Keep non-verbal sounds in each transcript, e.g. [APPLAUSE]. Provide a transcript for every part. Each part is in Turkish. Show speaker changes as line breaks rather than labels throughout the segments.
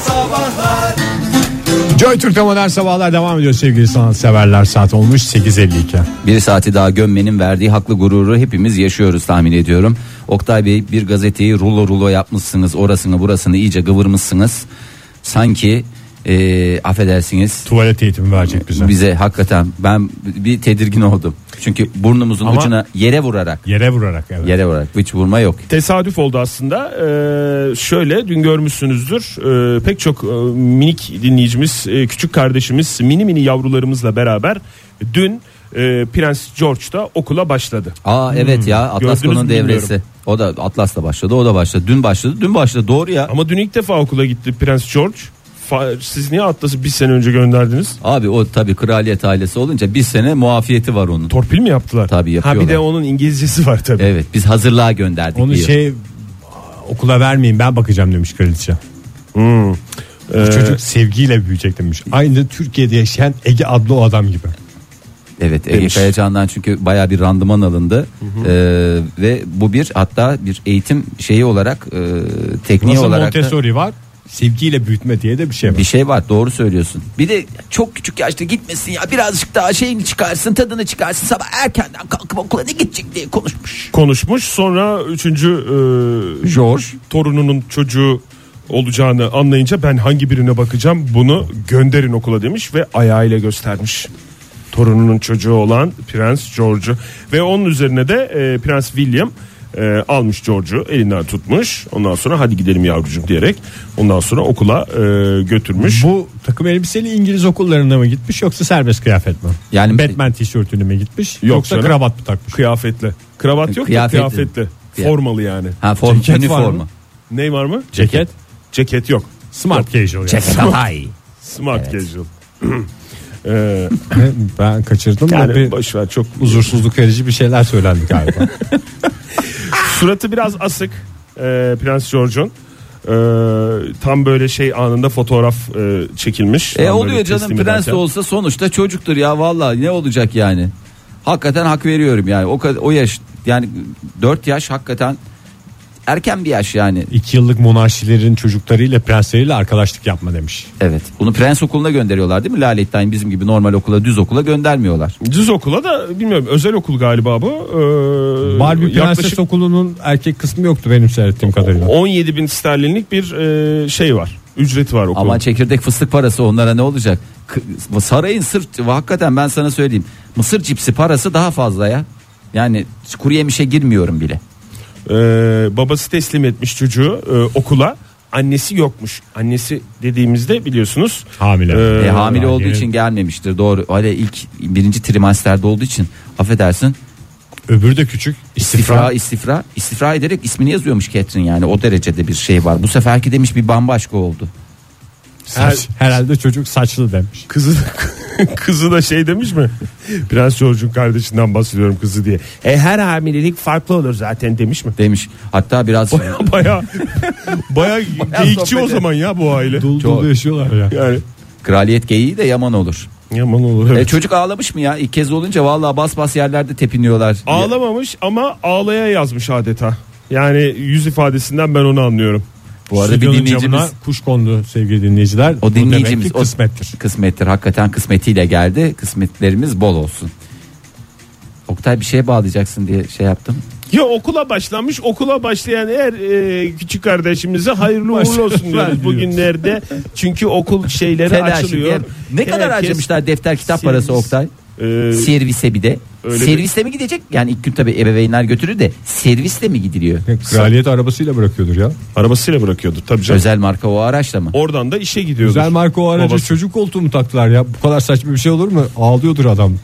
sabahlar
Joy Türk'te modern sabahlar devam ediyor sevgili sanatseverler. Saat olmuş 8.52.
Bir saati daha gömmenin verdiği haklı gururu hepimiz yaşıyoruz tahmin ediyorum. Oktay Bey bir gazeteyi rulo rulo yapmışsınız orasını burasını iyice kıvırmışsınız. Sanki e, affedersiniz
Tuvalet eğitimi verecek bize.
bize hakikaten ben bir tedirgin oldum. Çünkü burnumuzun
Ama-
ucuna yere vurarak
Yere vurarak evet.
yere vurarak hiç vurma yok.
Tesadüf oldu aslında. Ee, şöyle dün görmüşsünüzdür. Ee, pek çok e, minik dinleyicimiz, e, küçük kardeşimiz, mini mini yavrularımızla beraber dün e, Prens George da okula başladı.
Aa evet ya Atlas
Hmm, gördünüz
konunun
mü bilmiyorum.
devresi. O da Atlas'la başladı o da başladı. Dün başladı dün başladı doğru ya.
Ama dün ilk defa okula gitti Prens George. Fa- Siz niye Atlas'ı bir sene önce gönderdiniz?
Abi o tabi kraliyet ailesi olunca bir sene muafiyeti var onun.
Torpil mi yaptılar?
Tabii
Ha bir
yapıyorlar. E,
de onun İngilizcesi var tabii.
Evet biz hazırlığa gönderdik.
Onu
bir yıl.
şey okula vermeyin ben bakacağım demiş kraliçe. Bu çocuk sevgiyle büyüyecek demiş. Aynı Türkiye'de yaşayan Ege adlı o adam gibi.
Evet Ege
demiş.
Kayacan'dan çünkü baya bir randıman alındı Ee, ve bu bir hatta bir eğitim şeyi olarak e, tekniği
Nasıl
olarak da
Montessori var sevgiyle büyütme diye de bir şey var.
bir şey var doğru söylüyorsun. Bir de çok küçük yaşta gitmesin ya birazcık daha şeyini çıkarsın tadını çıkarsın sabah erkenden kalkıp okula ne gidecek diye konuşmuş.
Konuşmuş sonra üçüncü e,
George
torununun çocuğu olacağını anlayınca ben hangi birine bakacağım bunu gönderin okula demiş ve ayağıyla göstermiş. Torununun çocuğu olan Prens George'u ve onun üzerine de e, Prens William e, almış George'u elinden tutmuş. Ondan sonra hadi gidelim yavrucuğum diyerek ondan sonra okula e, götürmüş.
Bu takım elbiseli İngiliz okullarına mı gitmiş yoksa serbest kıyafet mi?
Yani-
Batman tişörtüne mi gitmiş
Yok
yoksa
canım.
kravat mı takmış?
kıyafetle.
E,
Kravat yok
Kıyafetli.
kıyafetli. kıyafetli.
Kıyafet.
Formalı yani.
ha form,
Ceket var
üniforma.
mı?
Ney var mı?
Ceket.
Ceket yok.
Smart casual yani.
Ceket hay.
[CLEARS THROAT]
Smart casual. Ee,
[LAUGHS] ben kaçırdım da
yani
bir
boşver çok
huzursuzluk verici bir şeyler söylendi galiba.
Suratı biraz asık e, Prens George'un. E, tam böyle şey anında fotoğraf e, çekilmiş.
E
Tam
oluyor
böyle
canım
teslim
prens
ederken.
de olsa sonuçta çocuktur ya vallahi ne olacak yani. Hakikaten hak veriyorum yani o kad- o yaş yani 4 yaş hakikaten erken bir yaş yani.
[LAUGHS] İki yıllık monarşilerin çocuklarıyla prensleriyle arkadaşlık yapma demiş.
Evet. Bunu prens okuluna gönderiyorlar değil mi? Lalettayn bizim gibi normal okula düz okula göndermiyorlar.
Düz okula da bilmiyorum özel okul galiba bu. E,
Barbie Prenses
yaklaşık
Okulu'nun erkek kısmı yoktu benim seyrettiğim kadarıyla.
17 bin sterlinlik bir e, şey var. Ücreti var okulun.
Ama çekirdek fıstık parası onlara ne olacak? K- Sarayın sırt hakikaten ben sana söyleyeyim. Mısır cipsi parası daha fazla ya. Yani kuru yemişe girmiyorum bile.
E, babası teslim etmiş çocuğu e, okula. Annesi yokmuş. Annesi dediğimizde biliyorsunuz.
Hamile.
E,
e,
hamile olduğu
yani-
için gelmemiştir doğru. Öyle ilk birinci trimesterde olduğu için affedersin
Öbürü de küçük.
İstifra,
İstifra.
istifra, istifra ederek ismini yazıyormuş Catherine yani o derecede bir şey var. Bu seferki demiş bir bambaşka oldu.
Saç, herhalde çocuk saçlı demiş.
Kızı kızı da [LAUGHS] şey demiş mi? Prens George'un kardeşinden bahsediyorum kızı diye. E her hamilelik farklı olur zaten demiş mi? [LAUGHS]
Demiş hatta biraz
Baya baya geyikçi
sohbet
o zaman ya bu aile.
Dul dul yaşıyorlar ya.
Yani
kraliyet geyiği de yaman olur.
yaman olur. evet.
E, çocuk ağlamış mı ya? İlk kez olunca vallahi bas bas yerlerde tepiniyorlar.
Ağlamamış ama ağlaya yazmış adeta. Yani yüz ifadesinden ben onu anlıyorum.
Bu arada bir
Stüdyonun
dinleyicimiz-
camına kuş kondu sevgili dinleyiciler.
O
Bu demek
dinleyicimiz,
ki
o-
kısmettir.
Kısmettir hakikaten kısmetiyle geldi. Kısmetlerimiz bol olsun. Oktay bir şeye bağlayacaksın diye şey yaptım.
Ya okula başlamış okula başlayan her e, küçük kardeşimize hayırlı uğurlu olsun diyoruz bugünlerde. Çünkü okul şeyleri
Tedaşi
açılıyor.
diye. Ne kadar
Herkes-
harcamışlar defter kitap
servis-
parası Oktay?
Ee,
servise bir de.
öyle
Servisle mi gidecek? Yani ilk gün tabii ebeveynler götürür de servisle mi gidiliyor?
Kraliyet arabasıyla bırakıyordur ya.
Arabasıyla bırakıyordu tabii canım.
Özel marka o araçla mı?
Oradan da işe gidiyordu. [LAUGHS]
Güzel marka o araca
Babası.
çocuk koltuğu mu taktılar ya? Bu kadar saçma bir şey olur mu? Ağlıyordur adam.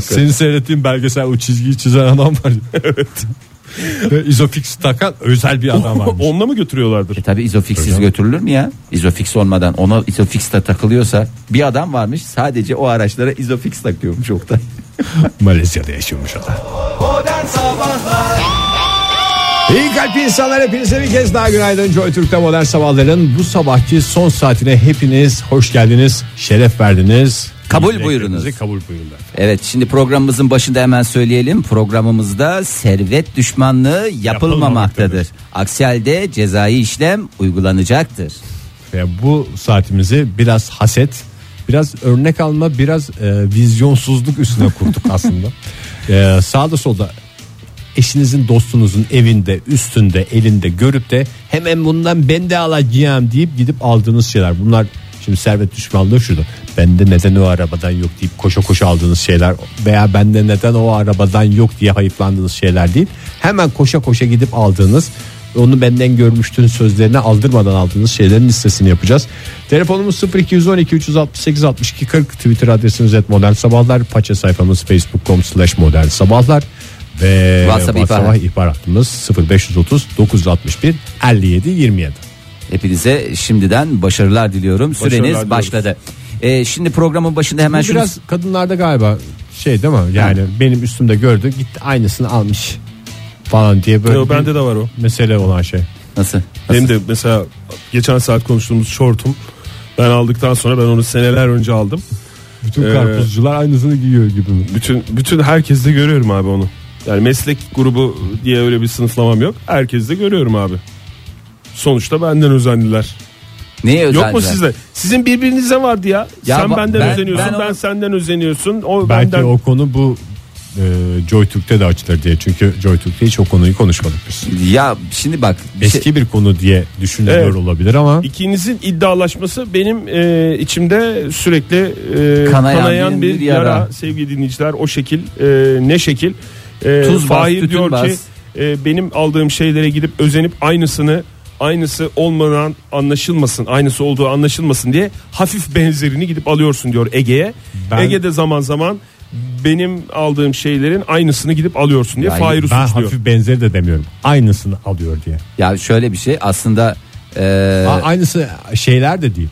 Senin seyrettiğin belgesel o çizgiyi çizen adam var. [LAUGHS] evet. Ve izofix takan özel bir adam varmış.
Onunla mı götürüyorlardır?
E tabi izofixsiz götürülür mü ya? İzofix olmadan ona izofix de takılıyorsa bir adam varmış sadece o araçlara izofix takıyormuş Oktay.
Malezya'da yaşıyormuş adam.
Modern Sabahlar
İyi kalp insanlar hepinize bir kez daha günaydın. Joy Türk'te modern sabahların bu sabahki son saatine hepiniz hoş geldiniz, şeref verdiniz.
Kabul
İyi
buyurunuz.
dileklerinizi Kabul buyurunlar.
Evet şimdi programımızın başında hemen söyleyelim. Programımızda servet düşmanlığı yapılmamaktadır. Aksi halde cezai işlem uygulanacaktır.
Yani bu saatimizi biraz haset, biraz örnek alma, biraz e, vizyonsuzluk üstüne kurduk [LAUGHS] aslında. E, sağda solda eşinizin dostunuzun evinde üstünde elinde görüp de hemen bundan ben de alacağım deyip gidip aldığınız şeyler bunlar şimdi servet düşmanlığı şurada bende neden o arabadan yok deyip koşa koşa aldığınız şeyler veya bende neden o arabadan yok diye hayıflandığınız şeyler değil hemen koşa koşa gidip aldığınız onu benden görmüştün sözlerine aldırmadan aldığınız şeylerin listesini yapacağız. Telefonumuz 0212 368 62 40 Twitter adresimiz et modern sabahlar. Paça sayfamız facebook.com slash modern sabahlar. Ve
WhatsApp
WhatsApp,
ihbar-
ihbar hattımız 0530 961 57 27.
Hepinize şimdiden başarılar diliyorum. Süreniz
diliyoruz.
başladı. Ee, şimdi programın başında hemen şunu
Biraz kadınlarda galiba şey değil mi? Yani benim üstümde gördü gitti aynısını almış falan diye böyle
Yo,
bir
bende de var o.
mesele olan şey.
nasıl?
Benim de mesela geçen saat konuştuğumuz şortum. Ben aldıktan sonra ben onu seneler önce aldım.
Bütün
Ee,
karpuzcular aynısını giyiyor gibi mi?
Bütün bütün herkeste görüyorum abi onu. Yani meslek grubu diye öyle bir sınıflamam yok. Herkeste görüyorum abi. Sonuçta benden özendiler.
Neye özel
Yok mu sizde? Sizin birbirinize vardı ya.
Ya
Sen
ba-
benden
ben-
özeniyorsun,
ben
ben,
onu-
senden özeniyorsun. O
Belki
benden
o konu bu e, Joy Türk'te de açılır diye. Çünkü Joy Türk'te hiç o konuyu konuşmadık biz.
Ya şimdi bak bir şey-
Eski bir konu diye düşünülüyor
Evet.
olabilir ama
İkinizin iddialaşması benim e, içimde sürekli e,
Kanayan
kanayan,
bir- bir
bir,
yara.
yara. Sevgili dinleyiciler o şekil e, ne şekil? E,
Tuz bas,
Fahir
tütün
diyor
bas.
ki e, benim aldığım şeylere gidip özenip aynısını aynısı olmadan anlaşılmasın aynısı olduğu anlaşılmasın diye hafif benzerini gidip alıyorsun diyor Ege'ye.
Ben-
Ege'de zaman zaman benim aldığım şeylerin aynısını gidip alıyorsun diye
Ya
Fahir'i
ben
suçluyor.
hafif benzeri de demiyorum. Aynısını alıyor diye.
ya şöyle bir şey aslında e,
A- Aynısı şeyler de değil.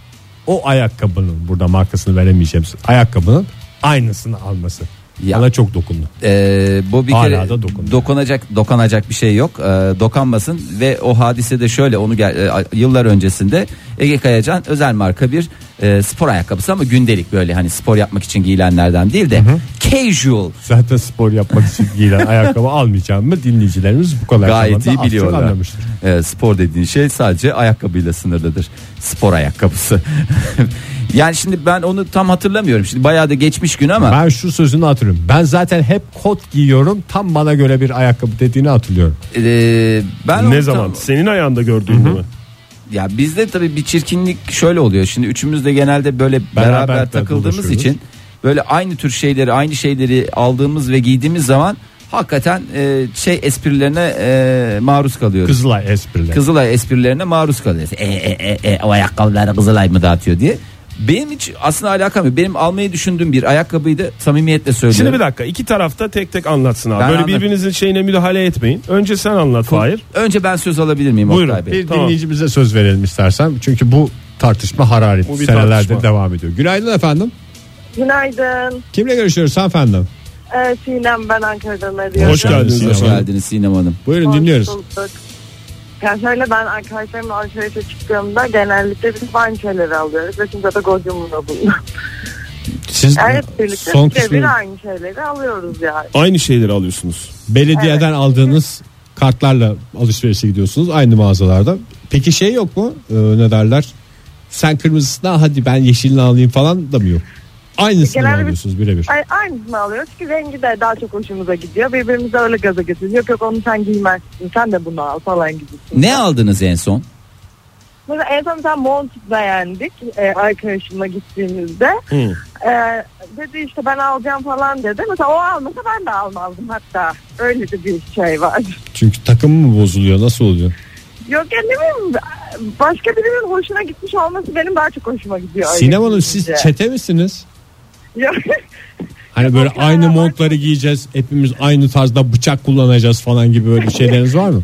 O ayakkabının burada markasını veremeyeceğim. Ayakkabının aynısını alması.
Ya.
Bana çok dokundu.
Ee, bu bir
Hala
kere
da dokunuyor.
dokunacak dokanacak bir şey yok. Ee, dokanmasın ve o hadise de şöyle onu gel- e, a- yıllar öncesinde Ege Kayacan özel marka bir e, spor ayakkabısı ama gündelik böyle hani spor yapmak için giyilenlerden değil de casual
Zaten spor yapmak için
[LAUGHS]
giyilen ayakkabı almayacağım mı dinleyicilerimiz bu kadar
gayet
zamanda az
iyi
çok
biliyorlar.
anlamıştır.
Ee, spor dediğin şey sadece ayakkabıyla sınırlıdır. Spor ayakkabısı. [LAUGHS] yani şimdi ben onu tam hatırlamıyorum. Şimdi bayağı da geçmiş gün ama
Ben şu sözünü hatırlıyorum. Ben zaten hep kot giyiyorum. Tam bana göre bir ayakkabı dediğini hatırlıyorum.
e, ben onu
Ne
tam-
zaman? Senin ayağında gördüğün mü?
Ya bizde tabii bir çirkinlik şöyle oluyor. Şimdi üçümüz de genelde böyle beraber,
beraber
takıldığımız
dolaşıyoruz.
için böyle aynı tür şeyleri, aynı şeyleri aldığımız ve giydiğimiz zaman hakikaten e, şey esprilerine e, maruz kalıyoruz.
Kızılay esprileri.
Kızılay esprilerine maruz kalıyoruz. E, e, e, e, o ayakkabıları Kızılay mı dağıtıyor diye. Benim hiç aslında alakam yok. Benim almayı düşündüğüm bir ayakkabıydı. Samimiyetle söylüyorum.
Şimdi bir dakika iki tarafta tek tek anlatsın abi.
Ben
Böyle
anlatayım.
birbirinizin şeyine müdahale etmeyin. Önce sen anlat Fahir.
Önce ben söz alabilir miyim
Buyurun.
Oktay Bey?
Bir
Tamam.
dinleyicimize söz verelim istersen. Çünkü bu tartışma hararetli
Bu bir
senelerde
tartışma.
devam ediyor. Günaydın efendim.
Günaydın.
Kimle görüşüyoruz hanımefendi?
Ee, Sinem ben Ankara'dan arıyorum.
Hoş geldiniz
Sinem
Hoş
Hanım.
geldiniz Sinem Hanım.
Buyurun
Hoş
dinliyoruz.
bulduk. Yani şöyle ben arkadaşlarımla alışverişe çıktığımda genellikle biz aynı şeyleri alıyoruz. Ve şimdi de gocumla bunlar.
Siz
Yani hep birlikte
son
birebir
kısmı
aynı şeyleri alıyoruz yani.
Aynı şeyleri alıyorsunuz.
belediyeden aldığınız kartlarla alışverişe gidiyorsunuz aynı mağazalarda. Peki şey yok mu? Ee, ne derler? Sen kırmızısını al, hadi ben yeşilini alayım falan da mı yok? Aynısını
Genelde
mı
bir-
alıyorsunuz birebir.
Ay, aynısını alıyoruz ki rengi de daha çok hoşumuza gidiyor. Birbirimize öyle gaza getiriyoruz. Yok yok onu sen giymezsin. Sen de bunu al falan gibi.
Ne aldınız en son?
Mesela en son mesela mont beğendik e, arkadaşımla gittiğimizde. Ee, dedi işte ben alacağım falan dedi. Mesela o almasa ben de almazdım hatta. Öyle de bir şey var. [LAUGHS]
Çünkü takım mı bozuluyor nasıl oluyor?
Yok ya ne bileyim başka birinin hoşuna gitmiş olması benim daha çok hoşuma gidiyor. öyle
Sinem Hanım siz
gidince.
çete misiniz?
Yok,
Hani böyle
Yok ya,
aynı
ben-
montları giyeceğiz hepimiz aynı tarzda bıçak kullanacağız falan gibi böyle şeyleriniz var mı?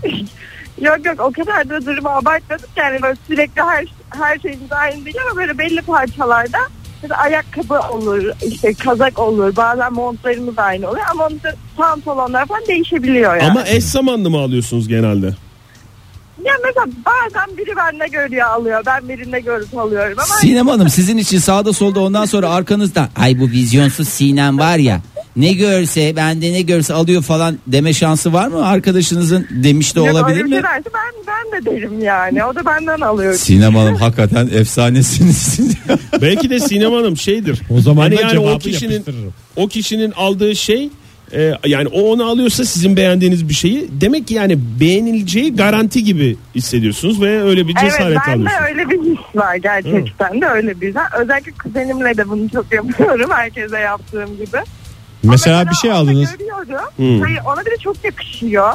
yok yok o kadar da durumu abartmadık yani böyle sürekli her her şeyimiz aynı değil ama böyle belli parçalarda mesela ayakkabı olur işte kazak olur bazen montlarımız aynı oluyor ama onun da pantolonlar falan değişebiliyor yani.
Ama eş zamanlı mı alıyorsunuz genelde?
Ya mesela bazen biri bende görüyor alıyor ben birinde görüp alıyorum ama
Sinem Hanım sizin için sağda solda ondan sonra arkanızdan ay bu vizyonsuz Sinem var ya ne görse bende ne görse alıyor falan deme şansı var mı arkadaşınızın demiş de
Yok,
olabilir
öyle bir
mi?
şey derse ben, ben de derim yani. O da benden alıyor.
Sinem Hanım hakikaten efsanesiniz.
Belki de Sinem Hanım şeydir.
O zaman
Hani
da
yani
cevabı
o kişinin
yapıştırırım.
o kişinin aldığı şey e, yani o onu alıyorsa sizin beğendiğiniz bir şeyi demek ki yani beğenileceği garanti gibi hissediyorsunuz ve öyle bir cesaret
Evet bende
alıyorsunuz.
öyle bir his var gerçekten de öyle bir his. Özellikle kuzenimle de bunu çok yapıyorum herkese yaptığım gibi.
Mesela bir şey
onu
aldınız.
Görüyorum.
Hmm.
Hayır, ona bir de çok yakışıyor.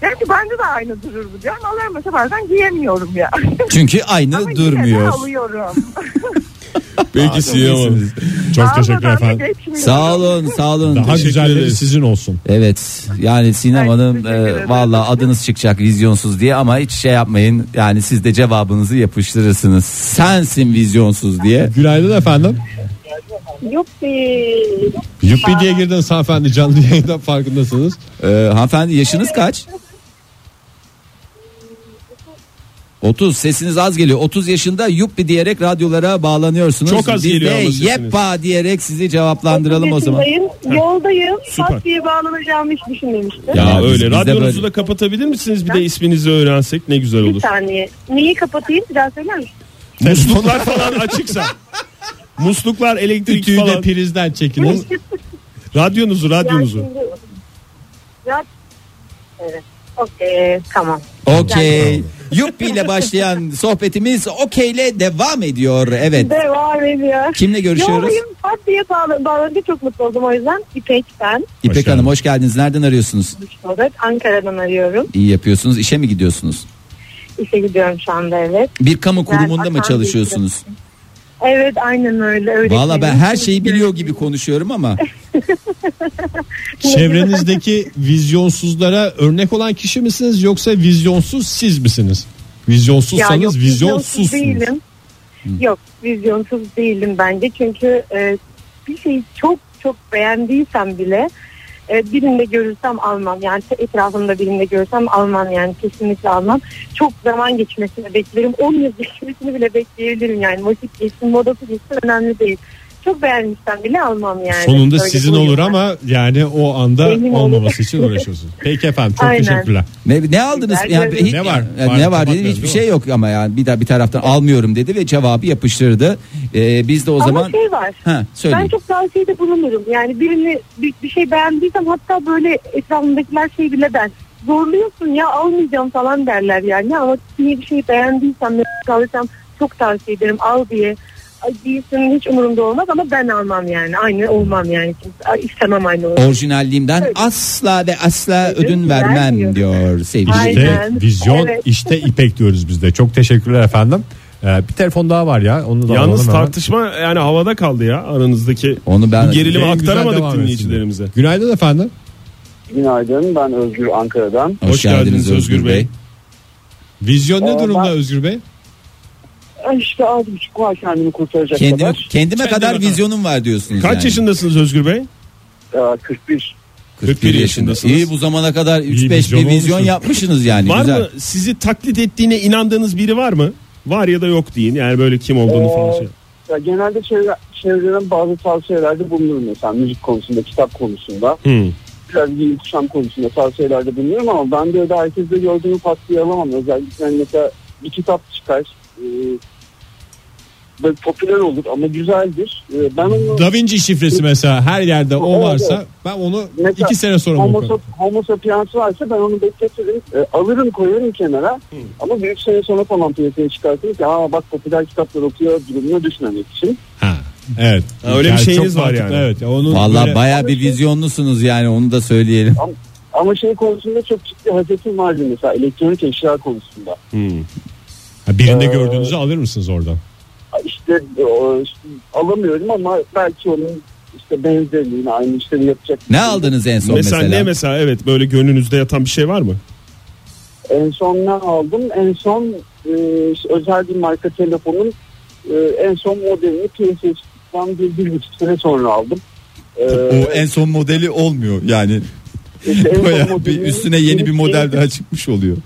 Diyorum ki bende de aynı durur bu diyorum. Alıyorum mesela bazen giyemiyorum ya. [LAUGHS]
Çünkü aynı
Ama yine de
durmuyor. [LAUGHS]
alıyorum.
Peki Sinem Hanım.
Çok teşekkür
Almadan da
efendim.
geçmiyor.
Sağ olun sağ olun.
Daha
Teşekkür
güzelleri
ederiz.
sizin olsun.
Evet yani Sinem
Ben
Hanım
teşekkür ederim.
e, valla adınız çıkacak vizyonsuz diye ama hiç şey yapmayın. Yani siz de cevabınızı yapıştırırsınız. Sensin vizyonsuz diye.
Günaydın efendim.
Yuppi.
Yuppi diye girdiniz hanımefendi canlı yayından farkındasınız.
Ee, hanımefendi yaşınız kaç? 30 sesiniz az geliyor. 30 yaşında yuppi diyerek radyolara bağlanıyorsunuz.
Çok az
Biz
geliyor
de
ama sesiniz.
yeppa diyerek sizi cevaplandıralım o zaman.
Yoldayım, Yoldayım.
Süper.
Pat diye bağlanacağımı hiç düşünmemiştim.
Ya,
Ya biz-
öyle
biz de
radyonuzu
böyle-
da kapatabilir misiniz? Bir de isminizi öğrensek ne güzel
Bir
olur.
saniye. Neyi kapatayım? Bir daha söyler misin?
Musluklar falan açıksa. Musluklar elektrik
Tüyü de
falan.
prizden çekiniz.
Radyonuzu radyonuzu.
Ya, evet. Okey. Tamam.
Okey. Yuppi ile başlayan sohbetimiz okey ile devam ediyor. Evet.
Devam ediyor.
Kimle görüşüyoruz?
Yoldayım. Pat diye bağla- bağlanınca çok mutlu oldum. O yüzden İpek ben.
İpek
Hoş
Hanım hoş geldiniz. Nereden arıyorsunuz?
Evet, Ankara'dan arıyorum.
İyi yapıyorsunuz. İşe mi gidiyorsunuz?
İşe gidiyorum şu anda evet.
Bir kamu kurumunda
bakan
mı
bir
çalışıyorsunuz?
Evet aynen öyle. öyle
Valla ben her şeyi biliyor gibi konuşuyorum ama
Çevrenizdeki vizyonsuzlara örnek olan kişi misiniz yoksa vizyonsuz siz misiniz? Vizyonsuzsanız vizyonsuzsunuz.
değilim. Yok vizyonsuz değilim bence. Çünkü e, bir şeyi çok çok beğendiysem bile e, birinde görürsem almam. Yani etrafımda birinde görürsem almam yani kesinlikle almam. Çok zaman geçmesini beklerim. 10 yıl [LAUGHS] geçmesini bile bekleyebilirim yani. Vakit geçsin, modası geçsin önemli değil. Çok beğenmişsem bile almam yani.
Sonunda
Böyle
sizin
bu
olur
yüzden.
ama yani o anda
Emin olun.
olmaması için uğraşıyorsunuz. Peki efendim çok
Aynen.
teşekkürler.
Ne, ne aldınız?
Güzel
Yani,
görünüyor.
hiç-
Ne var?
Yani
Var,
ne var dedi
kapatmıyoruz,
hiçbir
değil
şey yok ama yani bir daha bir taraftan almıyorum dedi ve cevabı yapıştırdı. Ee, biz de o
Ama
zaman
şey var.
ha
Ben
söyleyin.
çok tavsiyede bulunurum. Yani birini bir, bir şey beğendiysem hatta böyle etrafımdakiler şey bile der. Zorluyorsun ya almayacağım falan derler yani. Ama niye bir şey beğendiysem ne [LAUGHS] alırsam çok tavsiye ederim al diye. Ay, Değilsin hiç umurumda olmaz ama ben almam yani. Aynı olmam yani. Ay, İstemem aynı olmam.
Orijinalliğimden
Evet.
asla ve asla
Evet,
ödün
güzel
vermem
diyor.
diyor sevgili.
Aynen.
İşte vizyon
Evet.
işte İpek diyoruz biz de. Çok teşekkürler efendim. Ee, bir telefon daha var ya. Onu da
Yalnız
alalım hemen.
tartışma yani havada kaldı ya aranızdaki.
Onu ben
Bu gerilimi
En güzel
aktaramadık
devam etsin.
dinleyicilerimize.
Günaydın efendim.
Günaydın ben Özgür Ankara'dan.
hoş,
Hoş
geldiniz,
geldiniz
Özgür
Özgür
Bey.
Bey.
Vizyon ne
Aa,
durumda
ben-
Özgür Bey?
Ay İşte aldım çıkma kendimi kurtaracak
Kendime,
kadar.
kendime kadar
kadar.
vizyonum var diyorsunuz.
Kaç
yani.
yaşındasınız Özgür Bey?
Ee, 41.
41 yaşındasınız.
yaşındasınız.
İyi bu zamana kadar 3-5
vizyon
bir vizyon
olmuşsunuz.
yapmışsınız yani.
var
Güzel.
mı sizi taklit ettiğine inandığınız biri var mı? Var ya da yok deyin. Yani böyle kim olduğunu
Ee,
falan şey.
Ya genelde çevre, çevreden bazı tavsiyelerde bulunurum mesela müzik konusunda, kitap konusunda.
Hmm.
Biraz giyim kuşam konusunda tavsiyelerde bulunurum ama ben de öyle herkeste gördüğümü patlaya alamam. Özellikle hani mesela bir kitap çıkar. E, böyle popüler olur ama güzeldir. E, ben onu
Da Vinci şifresi mesela her yerde o
Evet,
varsa
evet.
ben onu
Mesela
iki sene sonra
Homo,
bakarım.
homo sapiens varsa ben onu bekletirim. E, alırım koyarım kenara. Ama bir üç sene sonra falan piyasaya çıkartırım ki ha bak popüler kitaplar okuyor durumuna düşmemek için.
Ha. Evet.
Ha, öyle bir
çok
şeyiniz var
mantıklı,
yani.
Evet. Onun
Valla
böyle-
baya bir vizyonlusunuz yani onu da söyleyelim.
Ama, ama şey konusunda çok ciddi hasetim vardı mesela elektronik eşya konusunda.
Ha, birinde
Ee,
gördüğünüzü alır mısınız oradan?
İşte, e, o, işte alamıyorum ama belki onun işte benzerliğini aynı işleri yapacak.
Ne aldınız en son
Mesela,
mesela?
ne mesela evet böyle gönlünüzde yatan bir şey var mı?
En son ne aldım? En son e, işte özel bir marka telefonun e, en son modelini piyasaya çıktıktan bir, bir buçuk sene sonra aldım. E,
O en son modeli olmuyor yani.
işte en son
Bayağı bir
modelini-
üstüne yeni bir model daha çıkmış oluyor.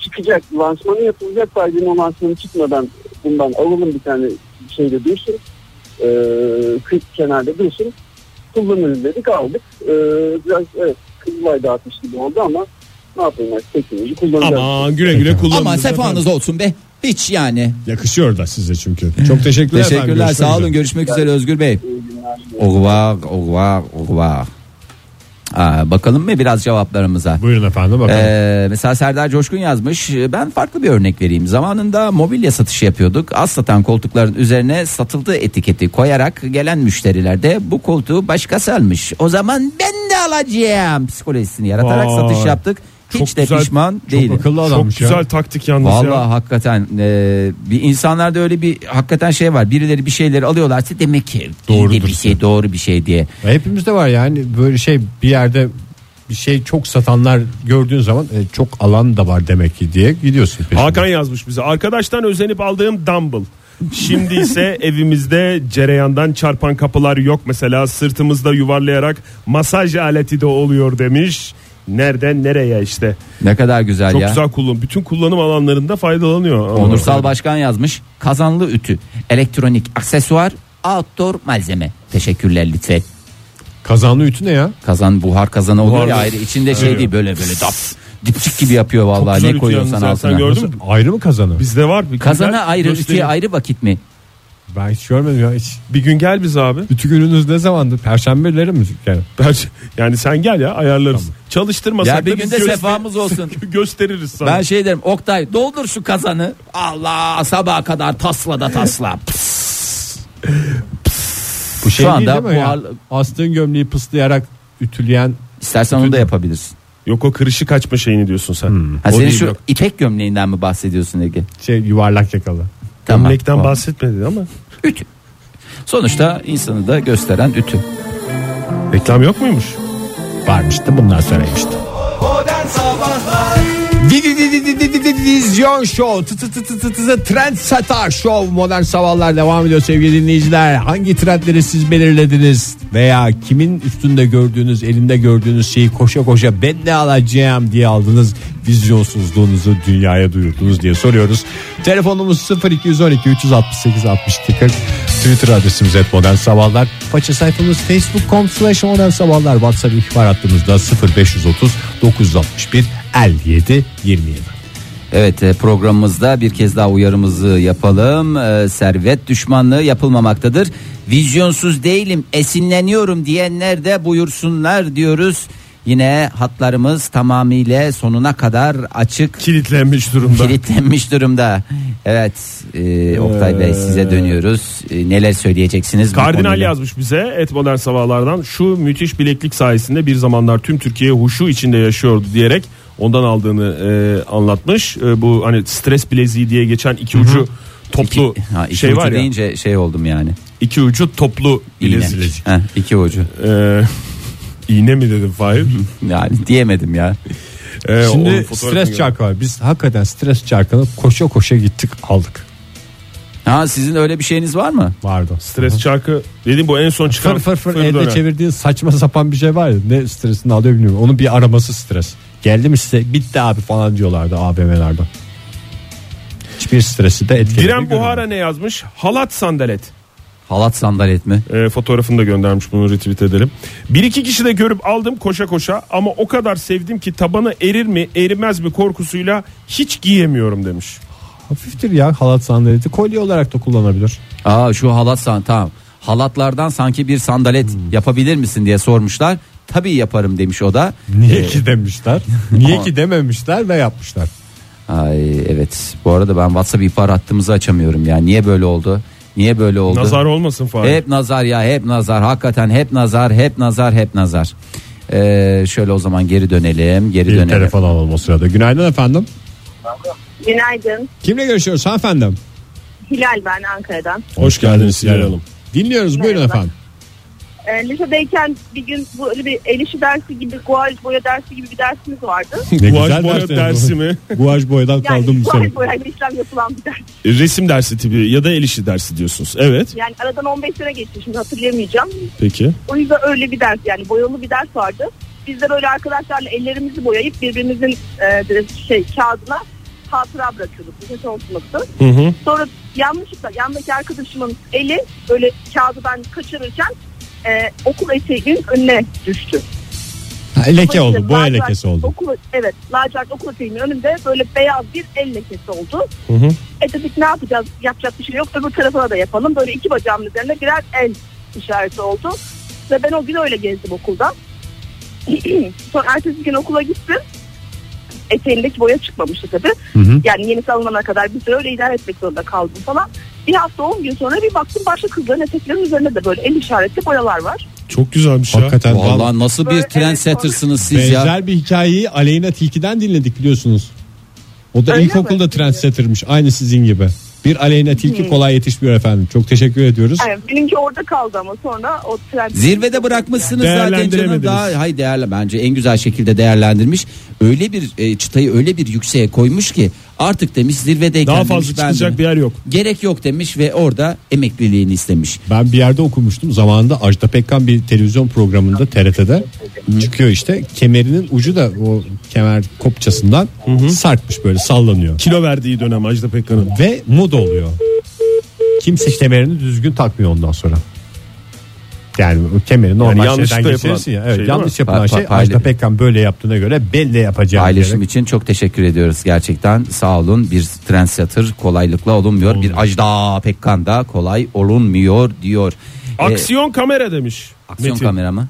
çıkacak. Lansmanı yapılacak. Belki o lansmanı çıkmadan
Ee,
bundan alalım bir tane şeyde dursun. E, kırk kenarda dursun.
kullanırız dedik aldık. E, biraz evet kızılay dağıtmış gibi oldu ama ne yapayım artık teknoloji kullanacağız.
Aman güle güle kullanın.
Ama sefanız olsun be. Hiç yani.
Yakışıyor da size çünkü. [LAUGHS] Çok teşekkürler. efendim.
Teşekkürler.
Görüşmek
Sağ
üzere.
olun. Görüşmek üzere Özgür Bey.
İyi günler.
Au revoir, au revoir, au revoir. Aa, bakalım mı biraz cevaplarımıza?
Buyurun efendim bakalım.
Ee, mesela Serdar Coşkun yazmış. "Ee, Ben farklı bir örnek vereyim. Zamanında mobilya satışı yapıyorduk. Az satan koltukların üzerine satıldığı etiketi koyarak gelen müşteriler de bu koltuğu başkası almış. O zaman ben de alacağım psikolojisini yaratarak
Vay.
satış yaptık. Hiç
Çok
de
güzel,
pişman
Çok
değilim.
akıllı
Çok
adammış
güzel
ya.
taktik yalnız
Vallahi
ya.
hakikaten e, bir insanlarda öyle bir hakikaten şey var. Birileri bir şeyleri alıyorlarsa demek ki doğru
Doğrudur.
bir şey, doğru bir şey diye.
Hepimizde var yani böyle şey bir yerde bir şey çok satanlar gördüğün zaman e, çok alan da var demek ki diye gidiyorsun. peşinden.
Hakan yazmış bize. Arkadaştan özenip aldığım dumbbell.
[LAUGHS]
Şimdi ise evimizde cereyandan çarpan kapılar yok mesela sırtımızda yuvarlayarak masaj aleti de oluyor demiş. Nereden nereye işte.
Ne kadar güzel
Çok
ya.
güzel kullan. Bütün kullanım alanlarında faydalanıyor.
Onursal Başkan yazmış. Kazanlı ütü, elektronik aksesuar, outdoor malzeme. Teşekkürler lütfen.
Kazanlı ütü ne ya?
Kazan buhar kazanı oluyor
Buharlı.
ya ayrı. İçinde şey
Evet.
değil böyle böyle dap, dipçik gibi yapıyor vallahi
güzel
ne
ütü
koyuyorsan
yalnız ya, sen
altına.
gördün
Nasıl, ayrı mı kazanı?
Bizde var. Bir gün
Kazana
gel,
ayrı,
göstereyim.
ütüye ayrı vakit mi?
Ben hiç görmedim ya hiç.
Bir gün gel biz abi. [LAUGHS]
Ütü gününüz ne zamandı? Perşembeleri mi yani?
Ben- yani sen gel ya ayarlarız. Çalıştırmasak
Ya bir
da
gün
biz
de
göster-
sefamız olsun.
[LAUGHS] gösteririz sana.
Ben şey derim Oktay doldur şu kazanı. Allah sabaha kadar tasla da
[LAUGHS]
tasla.
Bu şey
Şu
değil,
anda
değil mi ya?
buhar-
Astığın gömleği pıslayarak ütüleyen
İstersen onu da yapabilirsin.
Yok o kırışık açma şeyini diyorsun sen.
Ha,
O
senin
değil,
şu
yok.
ipek gömleğinden mi bahsediyorsun Ege?
şey yuvarlak yakalı.
Tamam.
Gömlekten
Tamam.
bahsetmedi ama.
Ütü. Sonuçta insanı da gösteren ütü.
Reklam yok muymuş?
Varmıştı bundan sonra işte.
Modern Sabahlar
Vizyon Show tı tı tı tı tı tı tı, Trend Satar Show Modern Sabahlar devam ediyor sevgili dinleyiciler Hangi trendleri siz belirlediniz Veya kimin üstünde gördüğünüz Elinde gördüğünüz şeyi koşa koşa Ben ne alacağım diye aldınız Vizyonsuzluğunuzu dünyaya duyurdunuz Diye soruyoruz Telefonumuz 0212 368 62 40 Twitter adresimiz et modern sabahlar Faça sayfamız facebook.com slash modern sabahlar Whatsapp ihbar hattımızda 0530 961 57 27
Evet e, programımızda bir kez daha uyarımızı yapalım. E, Servet düşmanlığı yapılmamaktadır. Vizyonsuz değilim, esinleniyorum diyenler de buyursunlar diyoruz. Yine hatlarımız tamamıyla sonuna kadar açık
Kilitlenmiş durumda.
kilitlenmiş durumda. Evet e, Oktay Bey size dönüyoruz. E, neler söyleyeceksiniz? bu
Ee, Kardinal
konuyla?
yazmış bize et modern sabahlardan şu müthiş bileklik sayesinde bir zamanlar tüm Türkiye huşu içinde yaşıyordu diyerek ondan aldığını e, anlatmış. E, bu hani stres bileziği diye geçen iki ucu toplu
İki- ha, iki
şey
ucu
var ya
deyince şey oldum yani.
iki ucu toplu
İğne.
bilezik.
Heh, iki ucu.
E, iğne mi dedim Fahir?
Yani diyemedim ya.
E, onun
Şimdi
fotoğrafını
stres
gö-
çarkı var. Biz hakikaten stres çarkını koşa koşa gittik aldık.
Ha sizin öyle bir şeyiniz var mı?
Vardı.
Stres çarkı dedim bu en son çıkan
Fır fır fır,
döner.
elde çevirdiğin saçma sapan bir şey var ya. Ne stresini alıyor bilmiyorum. Onun bir araması stres. Geldi mi size bitti abi falan diyorlardı AVM'lerden. Hiçbir stresi de etkiledi.
Diren Buhara ne yazmış? Halat sandalet.
Halat sandalet mi?
E, fotoğrafını da göndermiş bunu retweet edelim. Bir iki kişi de görüp aldım koşa koşa ama o kadar sevdim ki tabanı erir mi erimez mi korkusuyla hiç giyemiyorum demiş.
Hafiftir ya halat sandaleti. Kolye olarak da kullanabilir.
Aa şu halat san tamam. Halatlardan sanki bir sandalet yapabilir misin diye sormuşlar. Tabii yaparım demiş o da.
[LAUGHS] Niye ki demişler. Ee, [LAUGHS] Niye
Ama-
ki dememişler ve yapmışlar.
Ay evet. Bu arada ben WhatsApp ihbar hattımızı açamıyorum ya. Niye böyle oldu? Niye böyle oldu?
Nazar olmasın Fahri.
Hep nazar ya hep nazar hakikaten hep nazar hep nazar hep nazar. Ee, şöyle o zaman geri dönelim geri
Bir
dönelim.
telefon alalım o sırada. Günaydın efendim.
Günaydın.
Kimle görüşüyoruz hanımefendim?
Hilal ben Ankara'dan.
Hoş geldiniz Hilal Hanım.
Dinliyoruz buyurun
Merhaba.
efendim.
Ee, lisedeyken bir gün böyle bir el işi dersi gibi, guaj boya dersi gibi bir
[LAUGHS]
dersimiz vardı.
Ne
Guaj boya dersi mi?
Guaj boyadan kaldım bu sene.
guaj boyayla işlem yapılan bir ders.
[LAUGHS] Resim dersi tipi ya da el işi dersi diyorsunuz. Evet.
Yani aradan 15 sene geçti şimdi hatırlayamayacağım.
Peki.
O yüzden öyle bir ders yani boyalı bir ders vardı. Biz de böyle arkadaşlarla ellerimizi boyayıp birbirimizin e, şey kağıdına hatıra bırakıyorduk. Bu son sınıftı.
Hı hı.
Sonra yanlışlıkla yandaki arkadaşımın eli böyle kağıdı ben kaçırırken e, okul eteğinin önüne düştü.
Ha, leke
Ama
oldu
işte
boya
lacivert
lekesi oldu.
Okul, evet lacivert okul eteğinin önünde böyle beyaz bir el lekesi oldu. E dedik ne yapacağız yapacak bir şey yok öbür tarafına da yapalım. Böyle iki bacağımın üzerine birer el işareti oldu. Ve ben o gün öyle gezdim okulda. [CLEARS THROAT] Sonra ertesi gün okula gittim. Eteğindeki boya çıkmamıştı tabii. Yani yenisi alınana kadar bir süre öyle idare etmek zorunda kaldım falan. Bir hafta 10 gün sonra bir baktım başka kızların eteklerinin üzerinde de böyle el işaretli boyalar var.
Çok güzelmiş ya.
Hakikaten vallahi
Vallahi nasıl bir
Böyle
trendsettersınız siz
benzer
ya.
bir hikayeyi Aleyna Tilki'den dinledik biliyorsunuz. O da
Öyle
ilkokulda
mi?
trendsettermiş aynı sizin gibi. Bir Aleyna Tilki kolay yetişmiyor efendim. Çok teşekkür ediyoruz.
Yani benimki orada kaldı ama sonra o tren...
Zirvede bırakmışsınız zaten canım
Değerlendiremediniz.
daha hay değerli bence en güzel şekilde değerlendirmiş. Öyle bir e, çıtayı öyle bir yükseğe koymuş ki artık demiş zirvedeyken
Daha fazla
demiş, ben
çıkacak
demiş,
bir yer yok.
gerek yok demiş ve orada emekliliğini istemiş.
Ben bir yerde okumuştum. Zamanında Ajda Pekkan bir televizyon programında TRT'de çıkıyor işte. Kemerinin ucu da o kemer kopçasından sarkmış böyle sallanıyor.
Kilo verdiği dönem Ajda Pekkan'ın.
Ve moda oluyor. Kimse kemerini düzgün takmıyor ondan sonra. Yani o kemeri normal
yanlış
şeyden
da yapılan
geçirirsin ya. Evet,
şey değil
yanlış
Pa-
yapılan
pa-
şey
payla-
Ajda Pekkan böyle yaptığına göre belli yapacağım.
Paylaşım için çok teşekkür ediyoruz gerçekten. Sağ olun. Bir trendsetter kolaylıkla olunmuyor. Bir Ajda Pekkan da kolay olunmuyor diyor. Ee,
Aksiyon kamera demiş.
aksiyon
Metin.
kamera mı?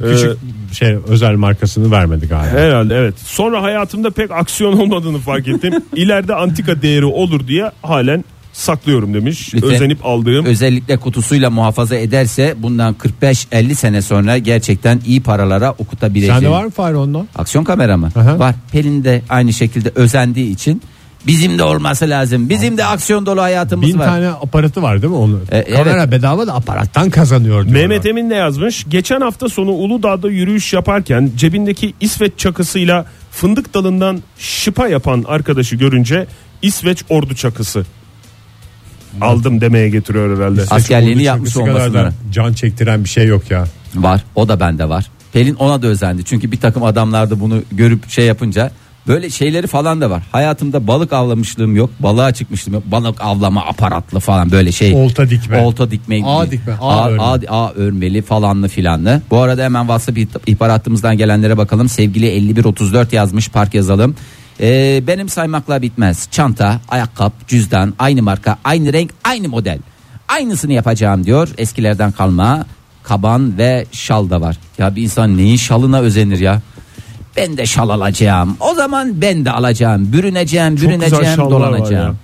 Ee,
Küçük şey özel markasını vermedi galiba.
Herhalde evet. Sonra hayatımda pek aksiyon [LAUGHS] olmadığını fark ettim. İleride antika değeri olur diye halen saklıyorum demiş.
Lütfen.
Özenip aldığım.
Özellikle kutusuyla muhafaza ederse bundan 45-50 sene sonra gerçekten iyi paralara okutabileceği.
Sende var mı Fahri ondan?
Aksiyon kamera mı?
Aha.
Var. Pelin de aynı şekilde özendiği için bizim de olması lazım. Bizim de aksiyon dolu hayatımız
Bin
var.
tane aparatı var değil mi onun?
E, evet.
Kamera bedava da aparattan kazanıyor diyorlar.
Mehmet Emin ne yazmış? Geçen hafta sonu Uludağ'da yürüyüş yaparken cebindeki İsveç çakısıyla fındık dalından şıpa yapan arkadaşı görünce İsveç ordu çakısı aldım demeye getiriyor herhalde.
As- Askerliğini
Onun
yapmış
şarkısı kadar
olmasına
da
rağmen.
Can çektiren bir şey yok ya.
Var. O da bende var. Pelin ona da özendi. Çünkü bir takım adamlar da bunu görüp şey yapınca böyle şeyleri falan da var. Hayatımda balık avlamışlığım yok. Balığa çıkmışlığım yok. Balık avlama aparatlı falan böyle şey.
Olta dikme.
Olta dikme.
Ağ dikme, ağ
Ağ,
örme.
ağ- ağ örmeli falanlı filanlı. Bu arada hemen WhatsApp ihb- ihbar hattımızdan gelenlere bakalım. Sevgili 5134 yazmış park yazalım. Ee, benim saymakla bitmez. Çanta, ayakkabı, cüzdan, aynı marka, aynı renk, aynı model. Aynısını yapacağım diyor. Eskilerden kalma kaban ve şal da var. Ya bir insan neyin şalına özenir ya? Ben de şal alacağım. O zaman ben de alacağım. Bürüneceğim, bürüneceğim, dolanacağım.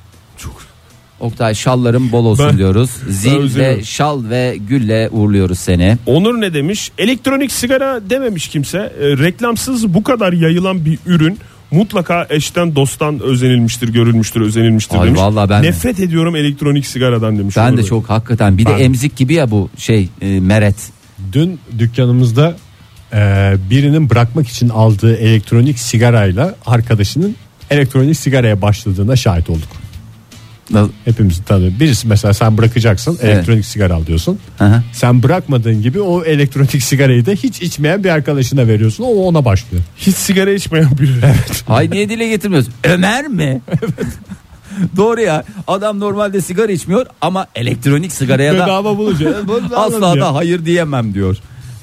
Oktay şalların bol olsun
Ben-
diyoruz.
ben
Zil
üzülüyorum.
ve şal ve gülle uğurluyoruz seni.
Onur ne demiş? Elektronik sigara dememiş kimse. E, reklamsız bu kadar yayılan bir ürün mutlaka eşten dosttan özenilmiştir, görülmüştür, özenilmiştir
Ay
demiş.
vallahi ben-
Nefret ediyorum elektronik sigaradan demiş.
Ben
Onur
de
Bey.
çok hakikaten bir de emzik gibi ya bu şey e, meret.
Dün dükkanımızda e, birinin bırakmak için aldığı elektronik sigarayla arkadaşının elektronik sigaraya başladığına şahit olduk.
Nasıl-
Hepimizin tanıdığı. Birisi mesela sen bırakacaksın
Evet.
elektronik sigara al diyorsun.
Aha.
Sen bırakmadığın gibi o elektronik sigarayı da hiç içmeyen bir arkadaşına veriyorsun. O ona başlıyor.
Hiç sigara içmeyen biri.
[LAUGHS] Ay niye
[LAUGHS]
dile getirmiyoruz? Ömer mi? Doğru ya. Adam normalde sigara içmiyor ama elektronik sigaraya da
Bedava bulacak.
asla da hayır diyemem diyor.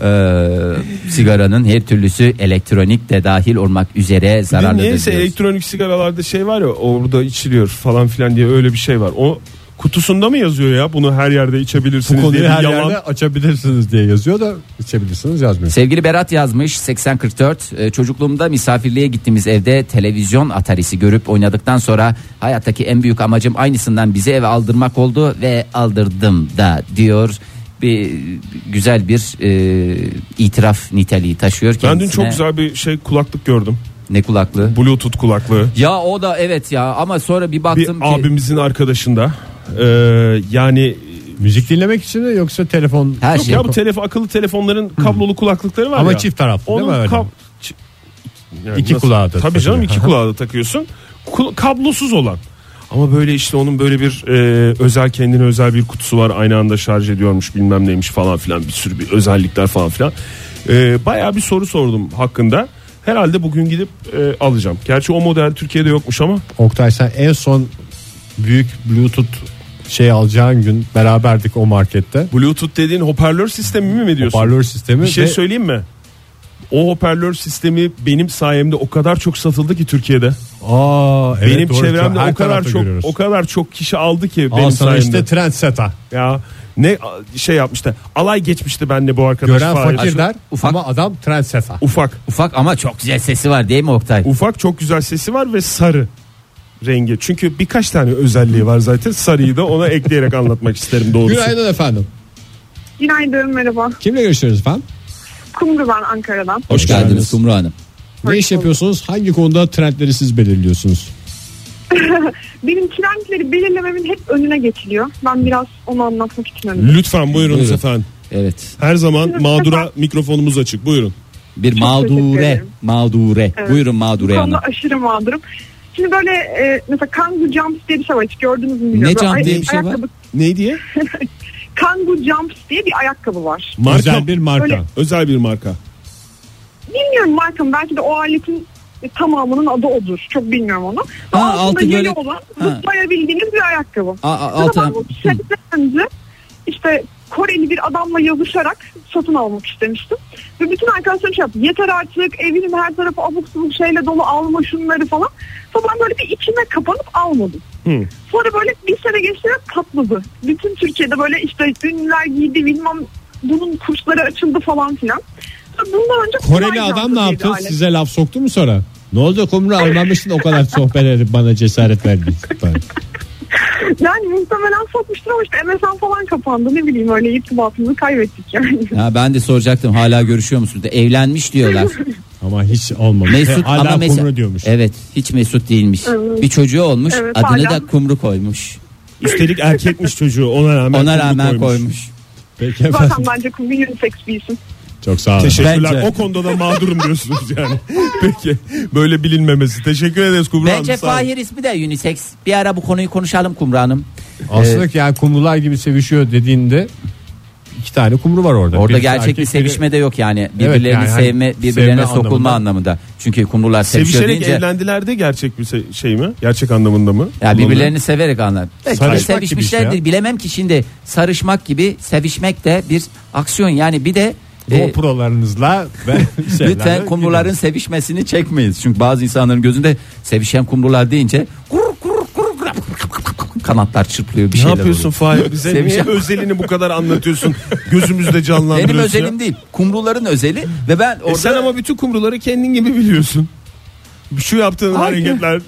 Ee, sigaranın her türlüsü elektronik de dahil olmak üzere
Bir de
zararlıdır.
niyeyse
diyoruz.
elektronik sigaralarda şey var ya orada içiliyor falan filan diye öyle bir şey var. O kutusunda mı yazıyor ya bunu her yerde
Bu
içebilirsiniz diye
konuyu
bir
her
yalan.
yerde açabilirsiniz diye yazıyor da içebilirsiniz yazmıyor.
Sevgili Berat yazmış 8044 e, çocukluğumda misafirliğe gittiğimiz evde televizyon atarisi görüp oynadıktan sonra hayattaki en büyük amacım aynısından bizi eve aldırmak oldu ve aldırdım da diyor bir güzel bir e, itiraf niteliği taşıyor
Ben
kendisine.
dün çok güzel bir şey kulaklık gördüm.
ne kulaklığı.
Bluetooth kulaklığı.
Ya o da evet ya ama sonra bir
Bir
baktım ki
abimizin arkadaşında. Ee, yani
Müzik dinlemek için mi yoksa telefon?
her
Yok
şey
ya bu telefon akıllı telefonların kablolu kulaklıkları var
Hmm. Ama
ya.
çift taraflı değil
Onun
mi öyle?
kab- çi- Yani
İki kulağa da
Tabii
takılıyor.
canım iki
Aha.
kulağa da takıyorsun. Kul- kablosuz olan. Ama böyle işte onun böyle bir e, özel kendine özel bir kutusu var. Aynı anda şarj ediyormuş bilmem neymiş falan filan bir sürü bir özellikler falan filan. E, bayağı bir soru sordum hakkında. Herhalde bugün gidip e, alacağım. Gerçi o model Türkiye'de yokmuş ama
Oktay sen en son büyük Bluetooth şey alacağın gün beraberdik o markette.
Bluetooth dediğin hoparlör sistemi mi mi diyorsun?
Hoparlör sistemi
Bir şey
ve
söyleyeyim mi? O hoparlör sistemi benim sayemde o kadar çok satıldı ki Türkiye'de.
aa, evet,
benim
doğru.
çevremde
Her
o kadar
tarafta
çok
görüyoruz.
o kadar çok kişi aldı ki
Aa,
benim
sana
sayemde.
işte Trendseta.
Ya ne a- şey yapmıştı. Alay geçmişti benle bu arkadaş.
Gören
Fahir.
fakir der
ufak-
ama adam Trendseta.
Ufak.
Ufak ama çok güzel sesi var değil mi Oktay?
Ufak çok güzel sesi var ve sarı rengi. Çünkü birkaç tane özelliği var zaten. Sarıyı da ona ekleyerek anlatmak isterim doğrusu.
Günaydın efendim.
Günaydın merhaba.
Kimle görüşüyoruz efendim?
Kumru ben Ankara'dan.
Hoş geldiniz
geldiniz.
Kumru Hanım.
Ne iş yapıyorsunuz? Hangi konuda trendleri siz belirliyorsunuz?
Benim trendleri belirlememin hep önüne geçiliyor. Ben biraz onu anlatmak için önüm.
Lütfen buyurunuz
Buyurun.
efendim.
Evet.
Her zaman mağdura mikrofonumuz açık. Buyurun.
Bir
teşekkür
mağdure,
ederim.
mağdure.
Evet.
Buyurun mağdure
konuda
hanım.
aşırı mağdurum. Şimdi böyle e, mesela Kangu Jumps diye bir şey var hiç gördünüz mü bilmiyorum.
Ne jump
Ay-
diye bir şey var?
ayakkabı-
Ne diye?
Kangu Jumps diye bir ayakkabı var.
Marka.
Özel bir marka.
Öyle.
Özel bir marka.
Bilmiyorum markam belki de o aletin e, tamamının adı odur. Çok bilmiyorum onu.
Ha,
Altında
altı
yeli
böyle-
olan
Ha.
zıplayabildiğiniz bir ayakkabı.
Aa, aa,
Sonra
altı-
ben bu
Hı.
seneden önce işte Koreli bir adamla yazışarak satın almak istemiştim. Ve bütün arkadaşlarım şey yaptı. Yeter artık evinin her tarafı abuk subuk şeyle dolu alma şunları falan. Sonra ben böyle bir içime kapanıp almadım. Sonra böyle bir sene geçtiğinde patladı. Bütün Türkiye'de böyle işte ünlüler giydi bilmem bunun kursları açıldı falan filan. Sonra Bundan önce
Koreli
Kuvayi
adam
Jumper
ne
diye bir
yaptı?
alet.
Size laf soktu mu sonra? Ne oldu Kumru almamışsın o kadar sohbet edip bana cesaret verdin.
Yani muhtemelen satmıştır ama işte MSN falan kapandı ne bileyim öyle irtibatımızı kaybettik yani.
Ya ben de soracaktım hala görüşüyor musunuz? Evlenmiş diyorlar.
ama hiç olmamış.
Mesut
Hala
ama Mesut.
Kumru diyormuş.
Evet, hiç Mesut değilmiş.
Evet.
Bir çocuğu olmuş.
Evet,
adını
hala.
da Kumru koymuş.
Üstelik erkekmiş çocuğu ona rağmen.
Ona
kumru
rağmen koymuş.
Peki
Zaten
efendim.
bence kumbi unisex bir isim.
Çok sağ olun.
Teşekkürler.
Bence.
O konuda da mağdurum diyorsunuz
[LAUGHS]
yani. Peki. Böyle bilinmemesi. Teşekkür ederiz Kubra Hanım.
Bence
Sağ olun.
Fahir ismi de unisex. Bir ara bu konuyu konuşalım Kumru Hanım.
Aslında ki yani kumrular gibi sevişiyor dediğinde iki tane kumru var orada.
Orada
Birisi
gerçek
erkek,
bir
biri-
sevişme de yok yani. Birbirlerini
yani hani
sevme, birbirlerine
sevme
sokulma anlamında.
anlamında.
Çünkü kumrular sevişiyor
Sevişerek
deyince
evlendiler de gerçek bir se- şey mi? Gerçek anlamında mı?
ya
Kullanılıyor.
birbirlerini severek anlar. Belki de
Sarışmak E, gibi
sevişmişlerdir.
işte ya.
Bilemem ki şimdi sarışmak gibi sevişmek de bir aksiyon. Yani bir de e,
GoPro'larınızla
[LAUGHS]
ve şeylerle
lütfen kumruların
gidin.
sevişmesini çekmeyiz. Çünkü bazı insanların gözünde sevişen kumrular deyince kurur kurur kurur kanatlar çırpılıyor bir
Ne
şeyler
yapıyorsun
oluyor.
Fahir bize? Niye
Sevişen-
özelini bu kadar anlatıyorsun? Gözümüzde canlandırıyorsun.
Benim
ya.
özelim değil. Kumruların özeli ve ben
E
orada
sen ama bütün kumruları kendin gibi biliyorsun. Şu yaptığın
Hayır.
hareketler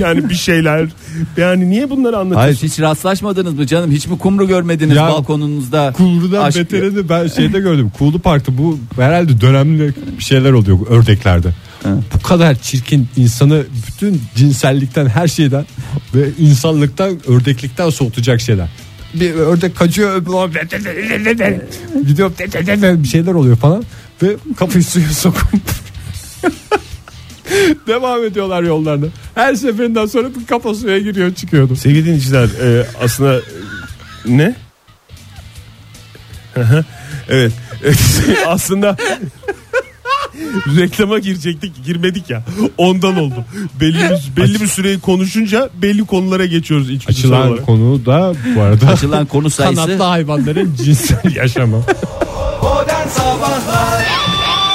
yani bir şeyler. Yani niye bunları anlatıyorsun?
Hayır hiç rastlaşmadınız mı canım? Hiç mi kumru görmediniz
Ya,
balkonunuzda?
Kumrudan
Aşk-
beterini [LAUGHS] ben şeyde gördüm. Kuğulu Park'ta bu herhalde dönemli bir şeyler oluyor bu ördeklerde. Bu kadar çirkin insanı bütün cinsellikten her şeyden ve insanlıktan ördeklikten soğutacak şeyler. Bir ördek kaçıyor öbürü- gidiyor bir şeyler oluyor falan ve kafayı suya sokup [LAUGHS] devam ediyorlar yollarına. Her seferinden sonra bir kafa suya giriyor çıkıyordu.
Sevgili dinleyiciler e, aslında e, ne? Hı hı, evet. [LAUGHS] aslında [LAUGHS] reklama girecektik girmedik ya ondan oldu belli bir, belli bir süreyi konuşunca belli konulara geçiyoruz içgüdüsel
Açılan
olarak
konu da bu arada
Açılan konu sayısı
kanatlı hayvanların cinsel [LAUGHS] yaşamı.
Modern Sabahlar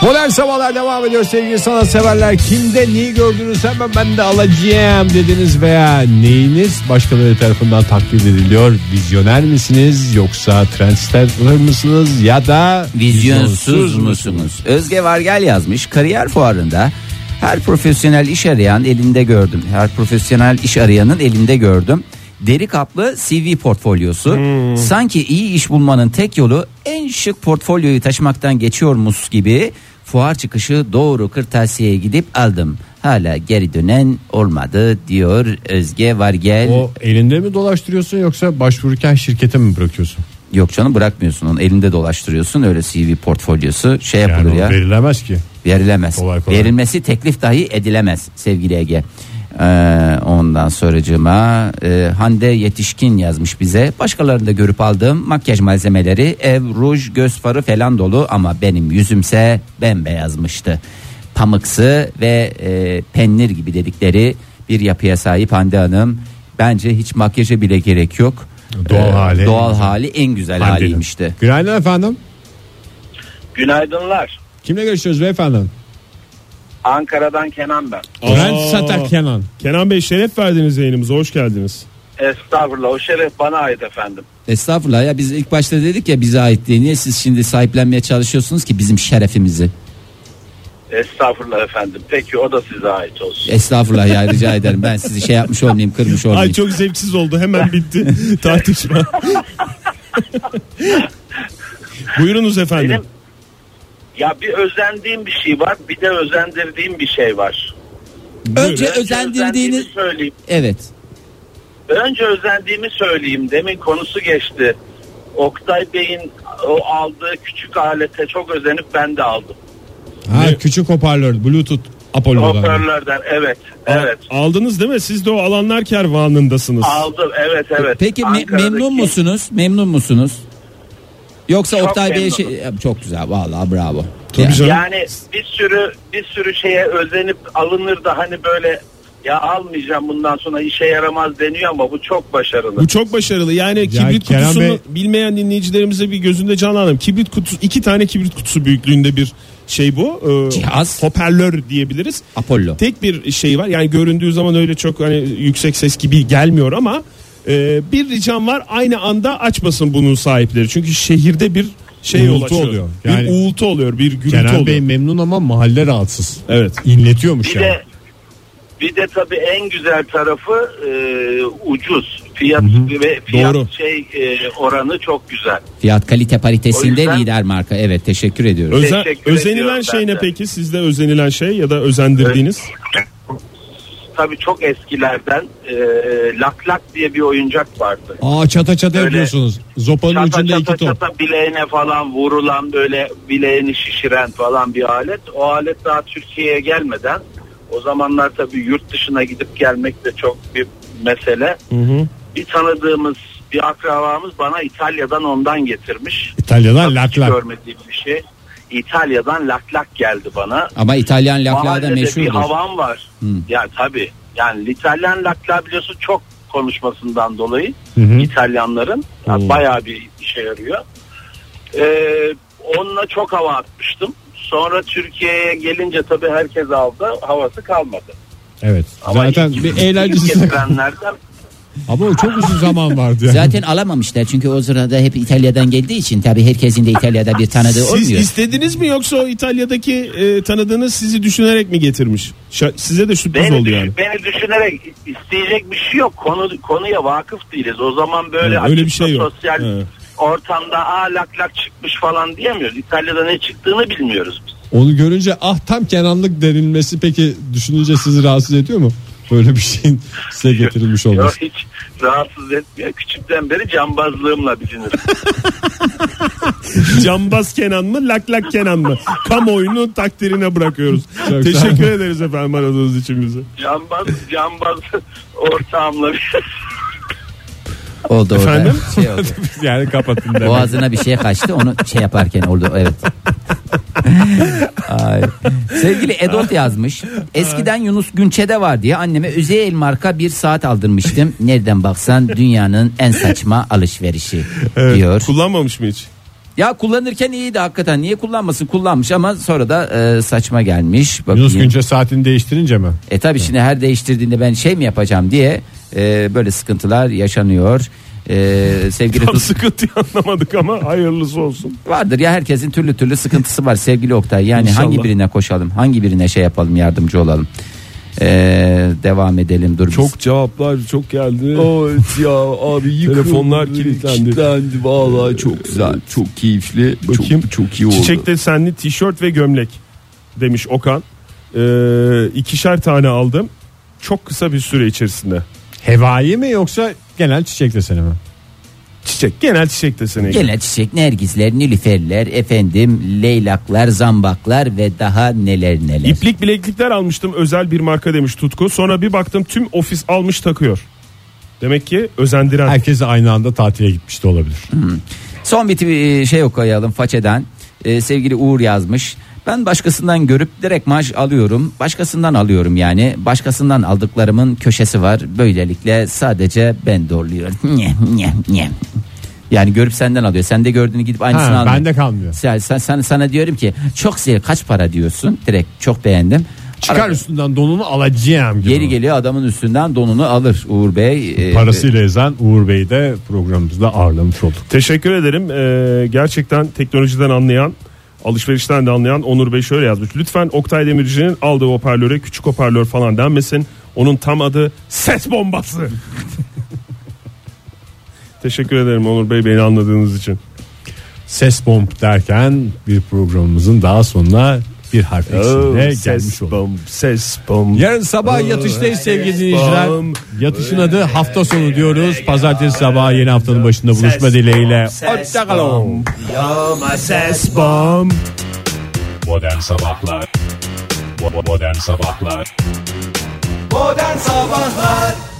Modern sabahlar devam ediyor sevgili sana severler. Kimde neyi gördünüz hemen ben de alacağım dediniz veya neyiniz başkaları tarafından taklit ediliyor. Vizyoner misiniz yoksa trendsetter mısınız ya da
Vizyonsuz musunuz? Özge Vargel yazmış. Kariyer fuarında her profesyonel iş arayan elinde gördüm. Her profesyonel iş arayanın elinde gördüm. Deri kaplı CV portfolyosu.
Hmm.
Sanki iyi iş bulmanın tek yolu en şık portfolyoyu taşımaktan geçiyormuş gibi fuar çıkışı doğru kırtasiyeye gidip aldım. Hala geri dönen olmadı diyor Özge Vargel.
O elinde mi dolaştırıyorsun yoksa başvururken şirkete mi bırakıyorsun?
Yok canım bırakmıyorsun onu elinde dolaştırıyorsun öyle CV portfolyosu şey yapılır
Yani o
ya.
verilemez ki.
Verilemez.
Kolay kolay.
Verilmesi teklif dahi edilemez sevgili Ege. Ee, ondan sonracığıma e, Hande Yetişkin yazmış bize. Başkalarını da görüp aldığım makyaj malzemeleri ev, ruj, göz farı falan dolu ama benim yüzümse bembeyazmıştı. Pamıksı ve e, pennir gibi dedikleri bir yapıya sahip Hande Hanım. Bence hiç makyaja bile gerek yok.
Doğal
Ee,
hali.
Doğal hali en güzel
Haliyle.
haliymişti.
Günaydın efendim.
Günaydınlar.
Kimle görüşüyoruz beyefendi?
Ankara'dan Kenan ben.
Bülent Satak Kenan.
Kenan Bey şeref verdiniz yayınımıza hoş geldiniz.
Estağfurullah o şeref bana ait efendim.
Estağfurullah ya biz ilk başta dedik ya bize ait diye. Niye siz şimdi sahiplenmeye çalışıyorsunuz ki bizim şerefimizi?
Estağfurullah efendim. Peki o da size ait olsun.
Estağfurullah ya
[LAUGHS]
rica ederim. Ben sizi şey yapmış olmayayım, kırmış olmayayım.
Ay çok zevksiz oldu
[LAUGHS]
hemen bitti tartışma. Buyurunuz efendim.
Benim ya bir özendiğim bir şey var bir de özendirdiğim bir şey var.
Önce
Önce
özendirdiğiniz
özendiğimi söyleyeyim.
evet.
Önce özendiğimi söyleyeyim. Demin konusu geçti. Oktay Bey'in o aldığı küçük alete çok özenip ben de aldım.
Ha, küçük hoparlör Bluetooth Apollo'dan.
Hoparlörden evet
Al-
evet.
Aldınız değil mi? Siz de o alanlar kervanındasınız.
Aldım evet evet.
Peki me-
Ankara'daki-
memnun musunuz? Memnun musunuz? Yoksa
Çok
Oktay Bey'e
memnunum.
şey Ya, çok güzel vallahi bravo.
Tabii
Ya,
canım.
Yani bir sürü bir sürü şeye özenip alınır da hani böyle ya almayacağım bundan sonra işe yaramaz deniyor ama bu çok başarılı.
Bu çok başarılı. Yani kibrit
Kenan
kutusunu
Bey-
bilmeyen dinleyicilerimize bir gözünde canlanalım. Kibrit kutusu iki tane kibrit kutusu büyüklüğünde bir şey bu. Ee,
Cihaz.
Hoparlör diyebiliriz.
Apollo.
Tek bir şey var. Yani göründüğü zaman öyle çok hani yüksek ses gibi gelmiyor ama e, bir ricam var. Aynı anda açmasın bunun sahipleri. Çünkü şehirde bir şey
Uğultu
yol açıyor.
oluyor.
bir
Yani-
uğultu oluyor, bir gürültü
Kenan
oluyor.
Bey memnun ama mahalle rahatsız.
Evet.
İnletiyormuş
bir
yani.
de bir de tabii en güzel tarafı e, ucuz. Fiyat ve fiyat
Doğru.
şey e, oranı çok güzel.
Fiyat kalite paritesinde
O yüzden-
lider marka. Evet teşekkür ediyorum.
Özen,
Teşekkür
özenilen
ediyorum
şey
ben
ne
de.
peki? Sizde özenilen şey ya da özendirdiğiniz?
Tabii çok eskilerden e, laklak diye bir oyuncak vardı.
Aa çata çata
Öyle.
yapıyorsunuz. Zopanın
Çata
ucunda
çata
iki top.
çata bileğine falan vurulan böyle bileğini şişiren falan bir alet. O alet daha Türkiye'ye gelmeden o zamanlar tabii yurt dışına gidip gelmek de çok bir mesele. Bir tanıdığımız bir akrabamız bana İtalya'dan ondan getirmiş.
İtalya'dan
Tabii
lak
hiç
lak.
Görmediğim bir şey. İtalya'dan laklak geldi bana.
Ama İtalyan laflar da
Mahallede bir
meşhurdur.
havam var. Yani tabii. Yani İtalyan lakla biliyorsun çok konuşmasından dolayı İtalyanların yani bayağı bir işe yarıyor. Ee, onunla çok hava atmıştım. Sonra Türkiye'ye gelince tabii herkes aldı. Havası kalmadı.
Evet.
Ama
Zaten
ilk-
bir
ilk
eğlencesi.
[LAUGHS]
getirenlerden
ama o çok uzun zaman vardı yani.
Zaten alamamışlar çünkü o sırada hep İtalya'dan geldiği için tabii herkesin de İtalya'da bir tanıdığı
Siz
olmuyor.
istediniz mi yoksa o İtalya'daki e, tanıdığınız sizi düşünerek mi getirmiş? Şa- size de sürpriz
Beni,
oldu
düş-
yani.
beni düşünerek isteyecek bir şey yok. Konu konuya vakıf değiliz. O zaman böyle
Ha, öyle
açıkta
bir şey yok.
sosyal
Ha.
ortamda aa lak lak çıkmış falan diyemiyoruz. İtalya'da ne çıktığını bilmiyoruz biz.
Onu görünce ah tam Kenanlık derinmesi peki düşününce sizi rahatsız ediyor mu? Böyle bir şeyin size getirilmiş
Yok
olması.
hiç rahatsız etmiyor. Küçükten beri cambazlığımla bilinir.
Cambaz Kenan mı lak lak Kenan mı? Kamuoyunun takdirine bırakıyoruz.
Çok
Teşekkür ederiz efendim aradığınız için bizi.
cambaz, cambaz ortağımla bir-
Oldu orada.
Efendim?
Şey oldu.
yani
[LAUGHS]
kapatın
Boğazına bir şey kaçtı onu şey yaparken oldu evet. Ay. Sevgili Edot yazmış. Eskiden Yunus Günçe'de var diye anneme Üzeyel marka bir saat aldırmıştım. Nereden baksan dünyanın en saçma alışverişi
Evet,
diyor.
Kullanmamış mı hiç?
Ya kullanırken iyiydi hakikaten. Niye kullanmasın? Kullanmış ama sonra da e, saçma gelmiş. Bakayım.
Yunus Günce saatini değiştirince mi?
E tabi şimdi her değiştirdiğinde ben şey mi yapacağım diye e, böyle sıkıntılar yaşanıyor. E, sevgili
Tam
Tuz-
sıkıntıyı [LAUGHS] anlamadık ama hayırlısı olsun.
vardır ya herkesin türlü türlü sıkıntısı var sevgili Oktay. Yani
İnşallah.
hangi birine koşalım? Hangi birine şey yapalım yardımcı olalım? E, devam edelim dur. biz.
Çok cevaplar çok geldi.
Evet ya abi yıkıldı.
Telefonlar kilitlendi.
kilitlendi. Vallahi çok güzel. Çok keyifli.
Bakayım.
Çok, çok iyi oldu.
Çiçekte senli tişört ve gömlek demiş Okan. Ee, ikişer tane aldım. Çok kısa bir süre içerisinde.
Hevai mi yoksa genel çiçek deseni mi?
Çiçek genel çiçek desene.
Gene çiçek, nergisler, nilüferler, efendim leylaklar, zambaklar ve daha neler neler.
İplik bileklikler almıştım özel bir marka demiş Tutku. Sonra bir baktım tüm ofis almış takıyor. Demek ki özendiren.
Herkes aynı anda tatile gitmiş de olabilir.
e, Son bir twi- şey okuyalım façeden. Ee, sevgili E, Uğur yazmış. Ben başkasından görüp direkt maaş alıyorum. Başkasından alıyorum yani. Başkasından aldıklarımın köşesi var. Böylelikle sadece ben doğruluyorum. [LAUGHS] Yani görüp senden alıyor. Sen de gördüğünü gidip aynısını
Ha,
almıyor.
bende kalmıyor.
Sen, sen- sen- sana diyorum ki çok güzel kaç para diyorsun. Direkt çok beğendim.
Çıkar
Ara-
üstünden donunu alacağım gibi.
Geri geliyor adamın üstünden donunu alır Uğur Bey. Ee,
Parasıyla ezen Uğur Bey'i de programımızda ağırlamış olduk.
Teşekkür ederim. Ee, gerçekten teknolojiden anlayan, alışverişten de anlayan Onur Bey şöyle yazmış. Lütfen Oktay Demirci'nin aldığı hoparlöre küçük hoparlör falan denmesin. Onun tam adı ses bombası. [LAUGHS] Teşekkür ederim Onur Bey beni anladığınız için.
Ses bomb derken bir programımızın daha sonuna bir harf eksiğiyle gelmiş olduk.
bomb, ses bomb.
Yarın sabah yatıştayız sevgili dinleyiciler.
Bam.
Yatışın adı hafta sonu diyoruz. Pazartesi sabahı yeni haftanın başında buluşma dileğiyle. Hoşçakalın.
Ses bomb.
Modern Sabahlar Modern Sabahlar
Modern Sabahlar